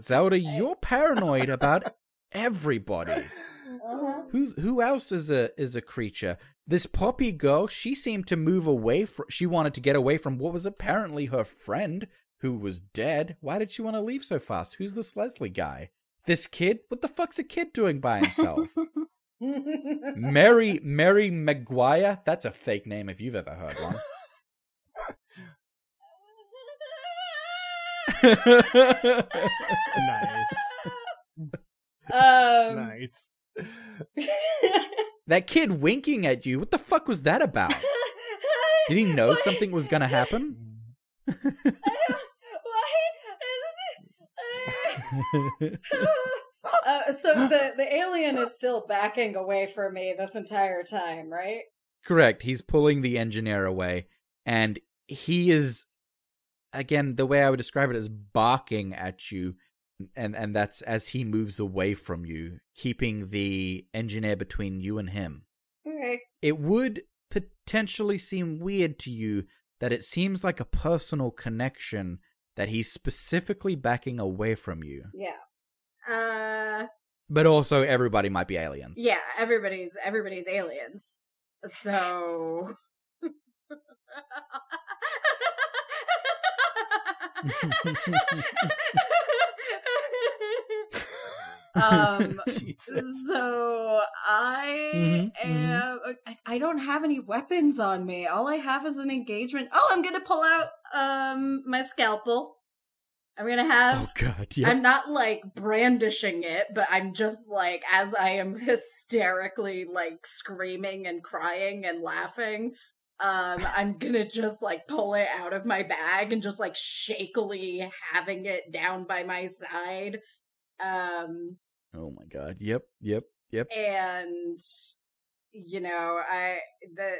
S9: Zelda, you're
S4: Nice.
S9: paranoid about everybody.
S4: no.
S9: *laughs*
S4: Uh-huh.
S9: Who who else is a is a creature? This Poppy girl, she seemed to move away from she wanted to get away from what was apparently her friend who was dead. Why did she want to leave so fast? Who's this Leslie guy? This kid? What the fuck's a kid doing by himself? Mary Mary Maguire? That's a fake name if you've ever heard one.
S6: Nice.
S4: *laughs* um,
S6: nice.
S9: that kid winking at you, what the fuck was that
S4: *laughs*
S9: about? Did he know something was gonna happen?
S4: uh, so the the alien is still backing away from me this entire time, right?
S9: Correct. He's pulling the engineer away, and he is, again, the way I would describe it is barking at you, and and that's as he moves away from you, keeping the engineer between you and him.
S4: Okay.
S9: It would potentially seem weird to you that it seems like a personal connection that he's specifically backing away from you,
S4: Yeah. Uh
S9: but also everybody might be aliens.
S4: yeah, everybody's everybody's aliens. So *laughs*
S6: *laughs*
S4: um
S6: Jesus.
S9: *laughs*
S4: so I
S9: Mhm,
S4: am I- I don't have any weapons on me. All I have is an engagement. Oh, I'm going to pull out um my scalpel. I'm going to have
S9: Oh God! *laughs* Yeah.
S4: I'm not like brandishing it, but I'm just like as I am *laughs* hysterically like screaming and crying and laughing, um I'm going to just like pull it out of my bag and just like shakily having it down by my side. Um
S9: oh my God! Yep.
S4: *laughs*
S9: Yep. Yep.
S4: and you know i the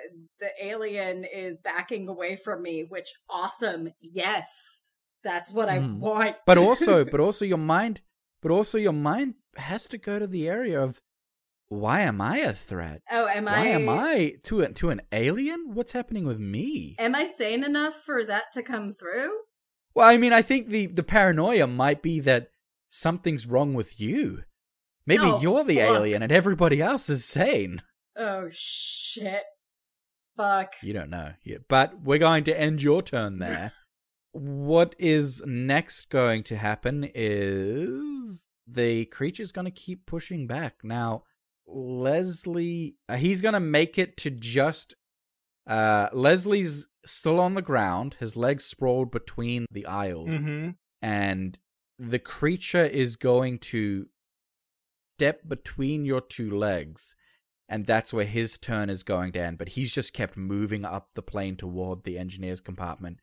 S4: the alien is backing away from me which awesome yes that's what
S9: Mm.
S4: i want *laughs*
S9: but also but also your mind but also your mind has to go to the area of why am i a threat
S4: oh am
S9: why
S4: i
S9: am i to a, to an alien what's happening with me
S4: am i sane enough for that to come through
S9: well i mean i think the the paranoia might be that something's wrong with you maybe
S4: Oh,
S9: you're the
S4: fuck.
S9: alien and everybody else is sane
S4: oh shit fuck
S9: you don't know yet but we're going to end your turn there what is next going to happen is the creature's going to keep pushing back. Now, Leslie, uh, he's going to make it to just. Uh, Leslie's still on the ground, his legs sprawled between the aisles,
S6: Mm-hmm.
S9: and the creature is going to step between your two legs, and that's where his turn is going to end. But he's just kept moving up the plane toward the engineer's compartment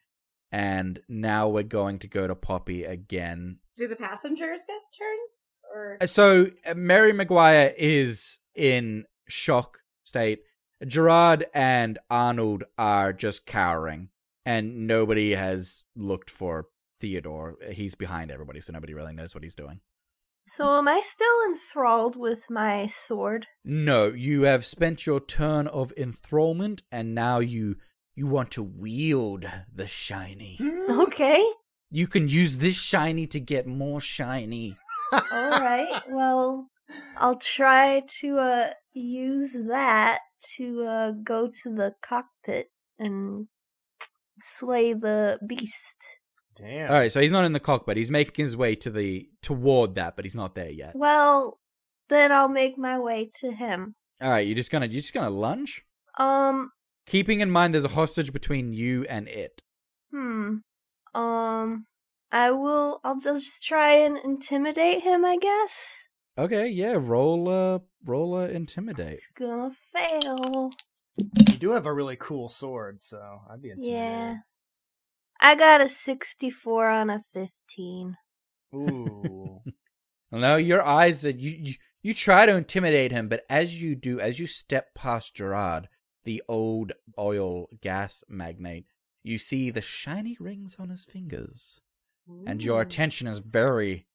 S9: and now we're going to go to Poppy again.
S4: do the passengers get turns Or
S9: So uh, Mary Maguire is in shock state. Gerard and Arnold are just cowering, and nobody has looked for Theodore. He's behind everybody, so nobody really knows what he's doing.
S3: So am I still enthralled with my sword?
S9: No, you have spent your turn of enthrallment, and now you you want to wield the shiny.
S6: Mm-hmm. Hmm.
S3: Okay.
S9: You can use this shiny to get more shiny.
S3: All right. Well, I'll try to uh use that to uh go to the cockpit and slay the beast.
S6: Damn.
S9: All right, so he's not in the cockpit. He's making his way to the toward that, but he's not there yet.
S3: Mm. Well, then I'll make my way to him.
S9: All right, you're just gonna you're just gonna lunge,
S3: Um
S9: keeping in mind there's a hostage between you and it.
S3: hmm. Um I will I'll just try and intimidate him, I guess.
S9: Okay, yeah, roll uh roll uh, intimidate.
S3: It's gonna fail.
S6: You do have a really cool sword, so I'd be intimidated.
S3: Yeah. I got a 64 on a 15.
S6: *laughs* Ooh.
S9: No, your eyes that you, you you try to intimidate him, but as you do, as you step past Gerard, the old oil gas magnate, you see the shiny rings on his fingers, and your attention is very,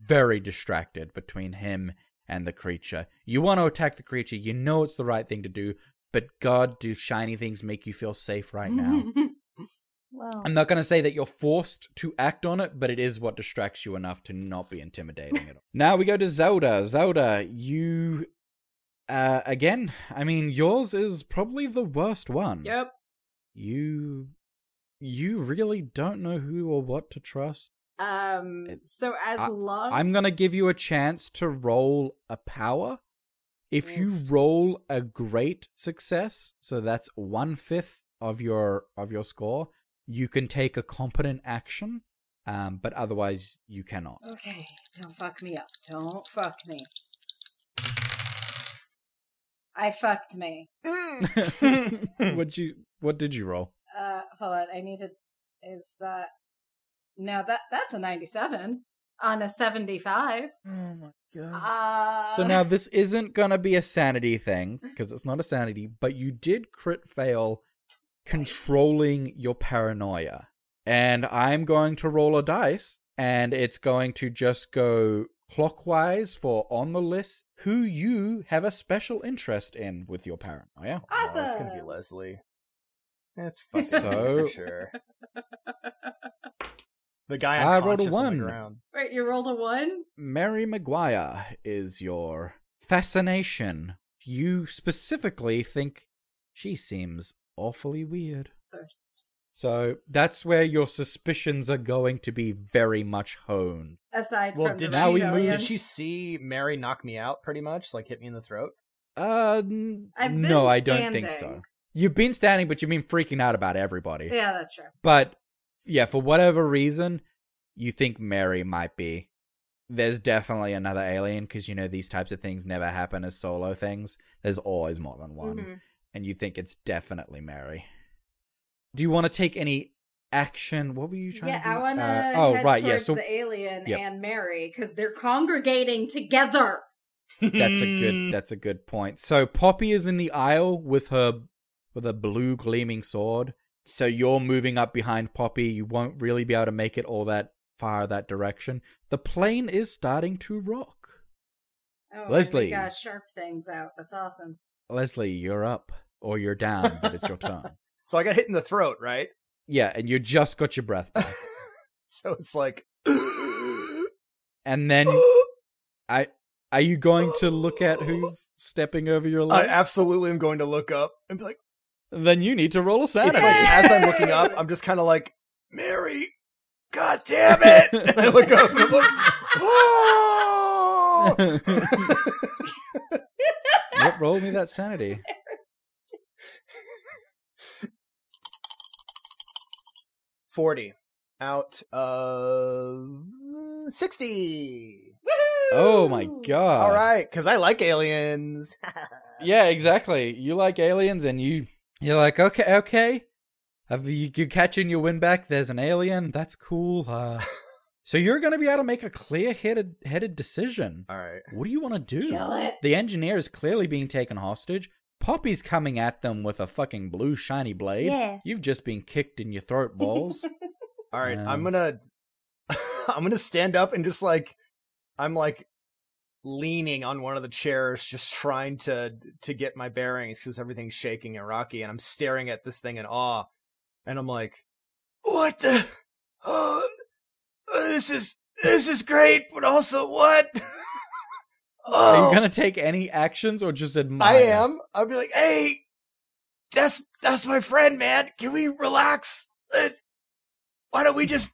S9: very distracted between him and the creature. You want to attack the creature, you know it's the right thing to do, but God, do shiny things make you feel safe right now?
S3: Well,
S9: I'm not going to say that you're forced to act on it, but it is what distracts you enough to not be intimidating at all. *laughs* Now we go to Zelda. Zelda, you. Uh, again, I mean, yours is probably the worst one.
S4: *laughs* Yep.
S9: You. You really don't know who or what to trust.
S4: Um. So as long
S9: I'm going to give you a chance to roll a power. If you roll a great success, so that's one fifth of your of your score, you can take a competent action, um, but otherwise you cannot.
S4: okay, don't fuck me up. Don't fuck me. I fucked me.
S9: *laughs* what you what did you roll?
S4: Uh, hold on. I need to. Is that no? That that's a ninety-seven on a seventy-five.
S9: Oh my god!
S4: Uh,
S9: So
S4: *laughs*
S9: now this isn't gonna be a sanity thing because it's not a sanity, but you did crit fail controlling your paranoia, and I'm going to roll a dice, and it's going to just go clockwise for on the list who you have a special interest in with your paranoia.
S6: Oh, it's gonna be
S4: Awesome.
S6: Leslie. *laughs* That's fucking
S9: So-
S6: me for sure. The guy
S9: I rolled a
S6: unconscious on
S9: one.
S6: the ground.
S4: wait, you rolled a one.
S9: Mary Maguire is your fascination. You specifically think she seems awfully weird.
S4: First,
S9: So that's where your suspicions are going to be very much honed.
S4: aside
S6: Well,
S4: from
S6: did
S4: the
S9: now we
S6: she
S9: move-
S4: reptilian.
S6: did she see Mary knock me out? Pretty much, like hit me in the throat.
S9: Uh,
S4: I've been
S9: no, I don't think so.
S4: standing.
S9: You've been standing, but you've been freaking out about everybody.
S4: Yeah, that's true.
S9: But yeah, for whatever reason, you think Mary might be. There's definitely another alien because you know these types of things never happen as solo things. There's always more than one,
S4: Mhm.
S9: and you think it's definitely Mary. Do you want to take any action? What were you trying
S4: Yeah,
S9: to do?
S4: I want to.
S9: Uh,
S4: head
S9: oh, right, yeah.
S4: towards
S9: So
S4: the alien
S9: Yep.
S4: and Mary because they're congregating together.
S9: that's a
S6: Mm.
S9: good. That's a good point. So Poppy is in the aisle with her with a blue gleaming sword. So you're moving up behind Poppy. You won't really be able to make it all that far that direction. The plane is starting to rock.
S4: Oh,
S9: Leslie.
S4: we got sharp things out. That's awesome.
S9: Leslie, you're up or you're down, but it's
S6: *laughs*
S9: your turn.
S6: So I got hit in the throat, right? *laughs*
S9: Yeah, and you just got your breath. back.
S6: so it's like, *gasps*
S9: And then I are you going to look at who's stepping over your
S6: I
S9: leg?
S6: absolutely am going to look up and be like,
S9: then you need to roll a
S6: it's
S9: sanity.
S6: like
S9: *laughs*
S6: as I'm looking up, I'm just kind of like, Mary, god damn it! And I look up and I'm like, oh!
S9: yep, roll me that sanity.
S6: forty out of sixty.
S9: Oh my god.
S6: All right, because I like
S9: *laughs*
S6: aliens.
S9: Yeah, exactly. You like aliens, and you you're like, okay,
S6: *laughs*
S9: okay. Have you, you catching your wind back? There's an alien. That's cool. Uh, So you're going to be able to make a clear headed headed decision.
S6: All right.
S9: What do you want to do?
S4: Kill it.
S9: The engineer is clearly being taken hostage. Poppy's coming at them with a fucking blue shiny blade.
S3: Yeah.
S9: You've just been kicked in
S6: *laughs*
S9: your throat balls.
S6: All right, I'm
S9: Um,
S6: gonna, *laughs* I'm gonna stand up and just like, I'm like, leaning on one of the chairs, just trying to to get my bearings because everything's shaking and rocky, and I'm staring at this thing in awe, and I'm like, *gasps* what the, *gasps* oh, oh, this is this is great, but also what? *laughs*
S9: Are
S6: oh,
S9: you going to take any actions or just admire?
S6: I am. *laughs* I'll be like, hey, that's that's my friend, man. Can we relax? Uh, why don't we
S9: Mm-hmm.
S6: just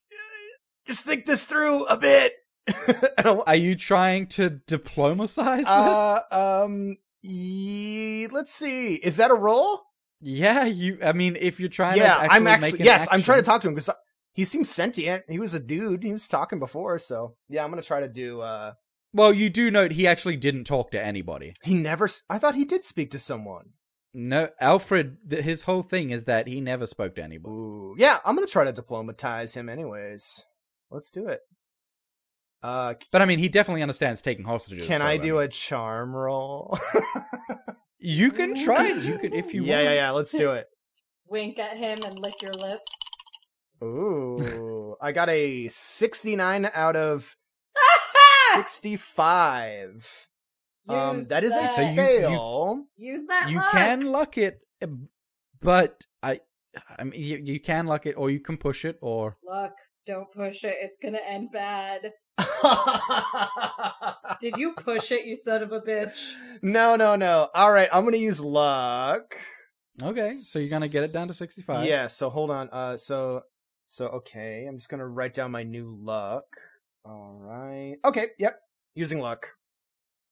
S6: just think this through a bit? And I'll-
S9: Are you trying to diplomatize this?
S6: uh, um, ye- let's see. Is that a roll?
S9: yeah, you. I mean, if you're trying to
S6: yeah,
S9: actually
S6: I'm
S9: make
S6: actually.
S9: an
S6: Yes, I'm trying to
S9: action-
S6: talk to him because he seems sentient. He was a dude. He was talking before, so yeah, I'm gonna try to do. uh
S9: Well, you do note he actually didn't talk to anybody.
S6: He never. s- I thought he did speak to someone.
S9: No, Alfred. Th- his whole thing is that he never spoke to anybody.
S6: Ooh, yeah, I'm gonna try to diplomatize him anyways. Let's do it. Uh,
S9: But I mean, he definitely understands taking hostages.
S6: can
S9: so,
S6: I do
S9: mean-
S6: a charm roll? *laughs*
S9: You can try. it. You could if you
S6: yeah,
S9: want.
S6: yeah, yeah. Let's do
S10: *laughs*
S6: it.
S10: Wink at him and lick your lips.
S6: Ooh, I got a 69
S10: *laughs*
S6: out of
S4: *laughs*
S6: 65. Um,
S10: Use
S6: that is a
S10: that. So you- *laughs*
S6: fail.
S10: Use that.
S9: You
S10: luck.
S9: can luck it, um, but I, I mean, you, you can luck it, or you can push it, or
S10: Look, don't push it. It's gonna end bad. Did you push it, you son of a bitch?
S6: no, no, no. All right, I'm gonna use luck.
S9: okay. So you're gonna get it down to sixty-five.
S6: Yeah, so hold on. Uh so so okay, I'm just going to write down my new luck. All right. Okay, yep. Using luck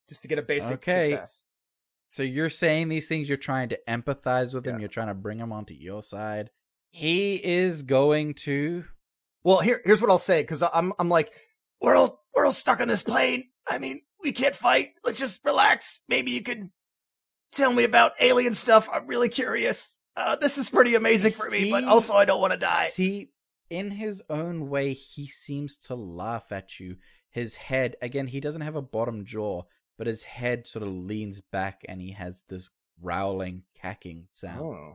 S6: just to get a basic
S9: Okay.
S6: success.
S9: So you're saying these things. You're trying to empathize with him.
S6: Yeah.
S9: You're trying to bring him onto your side. He is going to.
S6: Well, here here's what I'll say cuz I'm I'm like we're all we're all stuck on this plane. I mean, we can't fight. Let's just relax. Maybe you can tell me about alien stuff. I'm really curious. Uh this is pretty amazing for me, but
S9: He-
S6: also I don't want to die.
S9: See, in his own way, he seems to laugh at you. His head, again, he doesn't have a bottom jaw, but his head sort of leans back and he has this growling, cacking sound.
S6: Oh.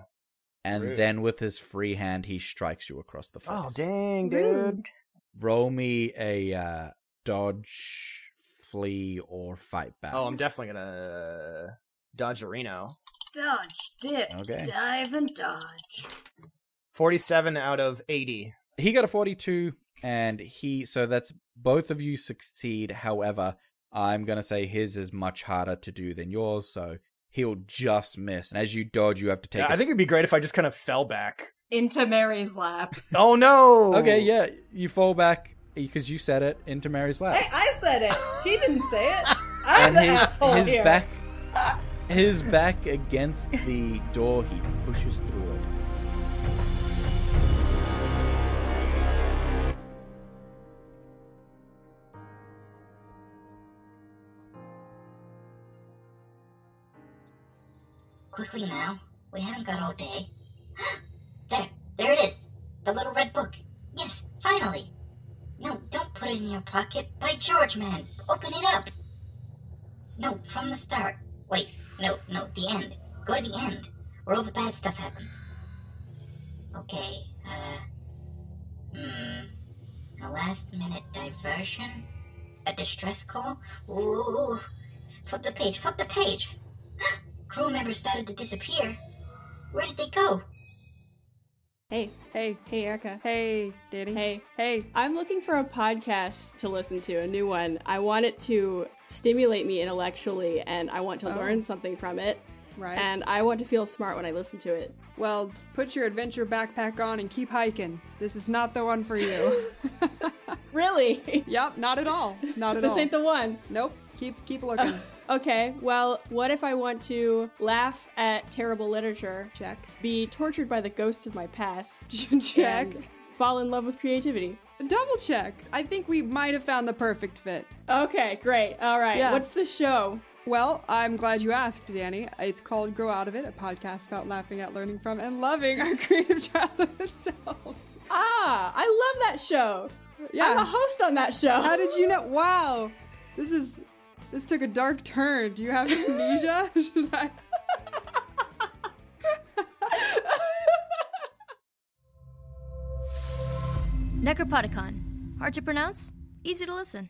S9: and
S6: rude.
S9: then with his free hand, he strikes you across the face.
S6: Oh, dang, dude.
S3: Rude.
S9: Roll me a uh, dodge, flee, or fight back.
S6: Oh, I'm definitely going to dodge a Reno.
S4: Dodge, dip,
S9: Okay.
S4: dive, and dodge.
S6: 47 out of 80.
S9: he got a 42 and he so that's both of you succeed however i'm going to say his is much harder to do than yours so he'll just miss and as you dodge you have to take
S6: Yeah,
S9: I
S6: I think it'd be great if I just kind of fell back.
S10: Into Mary's lap.
S6: Oh no!
S9: okay yeah you fall back because you said it into mary's lap
S10: Hey, I said it. He didn't say
S9: *laughs*
S10: it. I'm
S9: and
S10: the
S9: his,
S10: asshole
S9: his
S10: here. *laughs*
S9: back his back against the door he pushes through it
S8: Quickly now. We haven't got all day. *gasps* there, there it is. The little red book. Yes, finally. No, don't put it in your pocket. By George, man. Open it up. No, from the start. Wait, no, no, the end. Go to the end, where all the bad stuff happens. Okay, uh. Hmm. A last minute diversion? A distress call? Ooh. Flip the page, flip the page! crew members started to disappear. Where did they go?
S11: Hey, hey, hey, Erica. Hey, Danny. Hey, hey. I'm looking for a podcast to listen to, a new one. I want it to stimulate me intellectually and I want to
S5: Oh.
S11: learn something from it.
S5: Right.
S11: And I want to feel smart when I listen to it.
S5: well, put your adventure backpack on and keep hiking. This is not the one for
S11: *laughs*
S5: you.
S11: Really?
S5: *laughs* yep, not at all. Not at
S11: this
S5: all.
S11: ain't the one.
S5: nope. Keep keep looking.
S11: *laughs* Okay, well, what if I want to laugh at terrible literature,
S5: Check.
S11: be tortured by the ghosts of my past,
S5: *laughs* Check.
S11: and fall in love with creativity?
S5: Double check. I think we might have found the perfect fit.
S11: Okay, great. All right.
S5: Yeah.
S11: What's the show?
S5: Well, I'm glad you asked, Danny. It's called Grow Out of It, a podcast about laughing at, learning *laughs* from, and loving our creative childhood *laughs* selves.
S11: Ah, I love that show.
S4: Yeah. I'm a host on that show.
S11: How did you know? Wow. This is. This took a dark turn. Do you have amnesia? *laughs* Should I?
S8: Necropodicon. Hard to pronounce, easy to listen.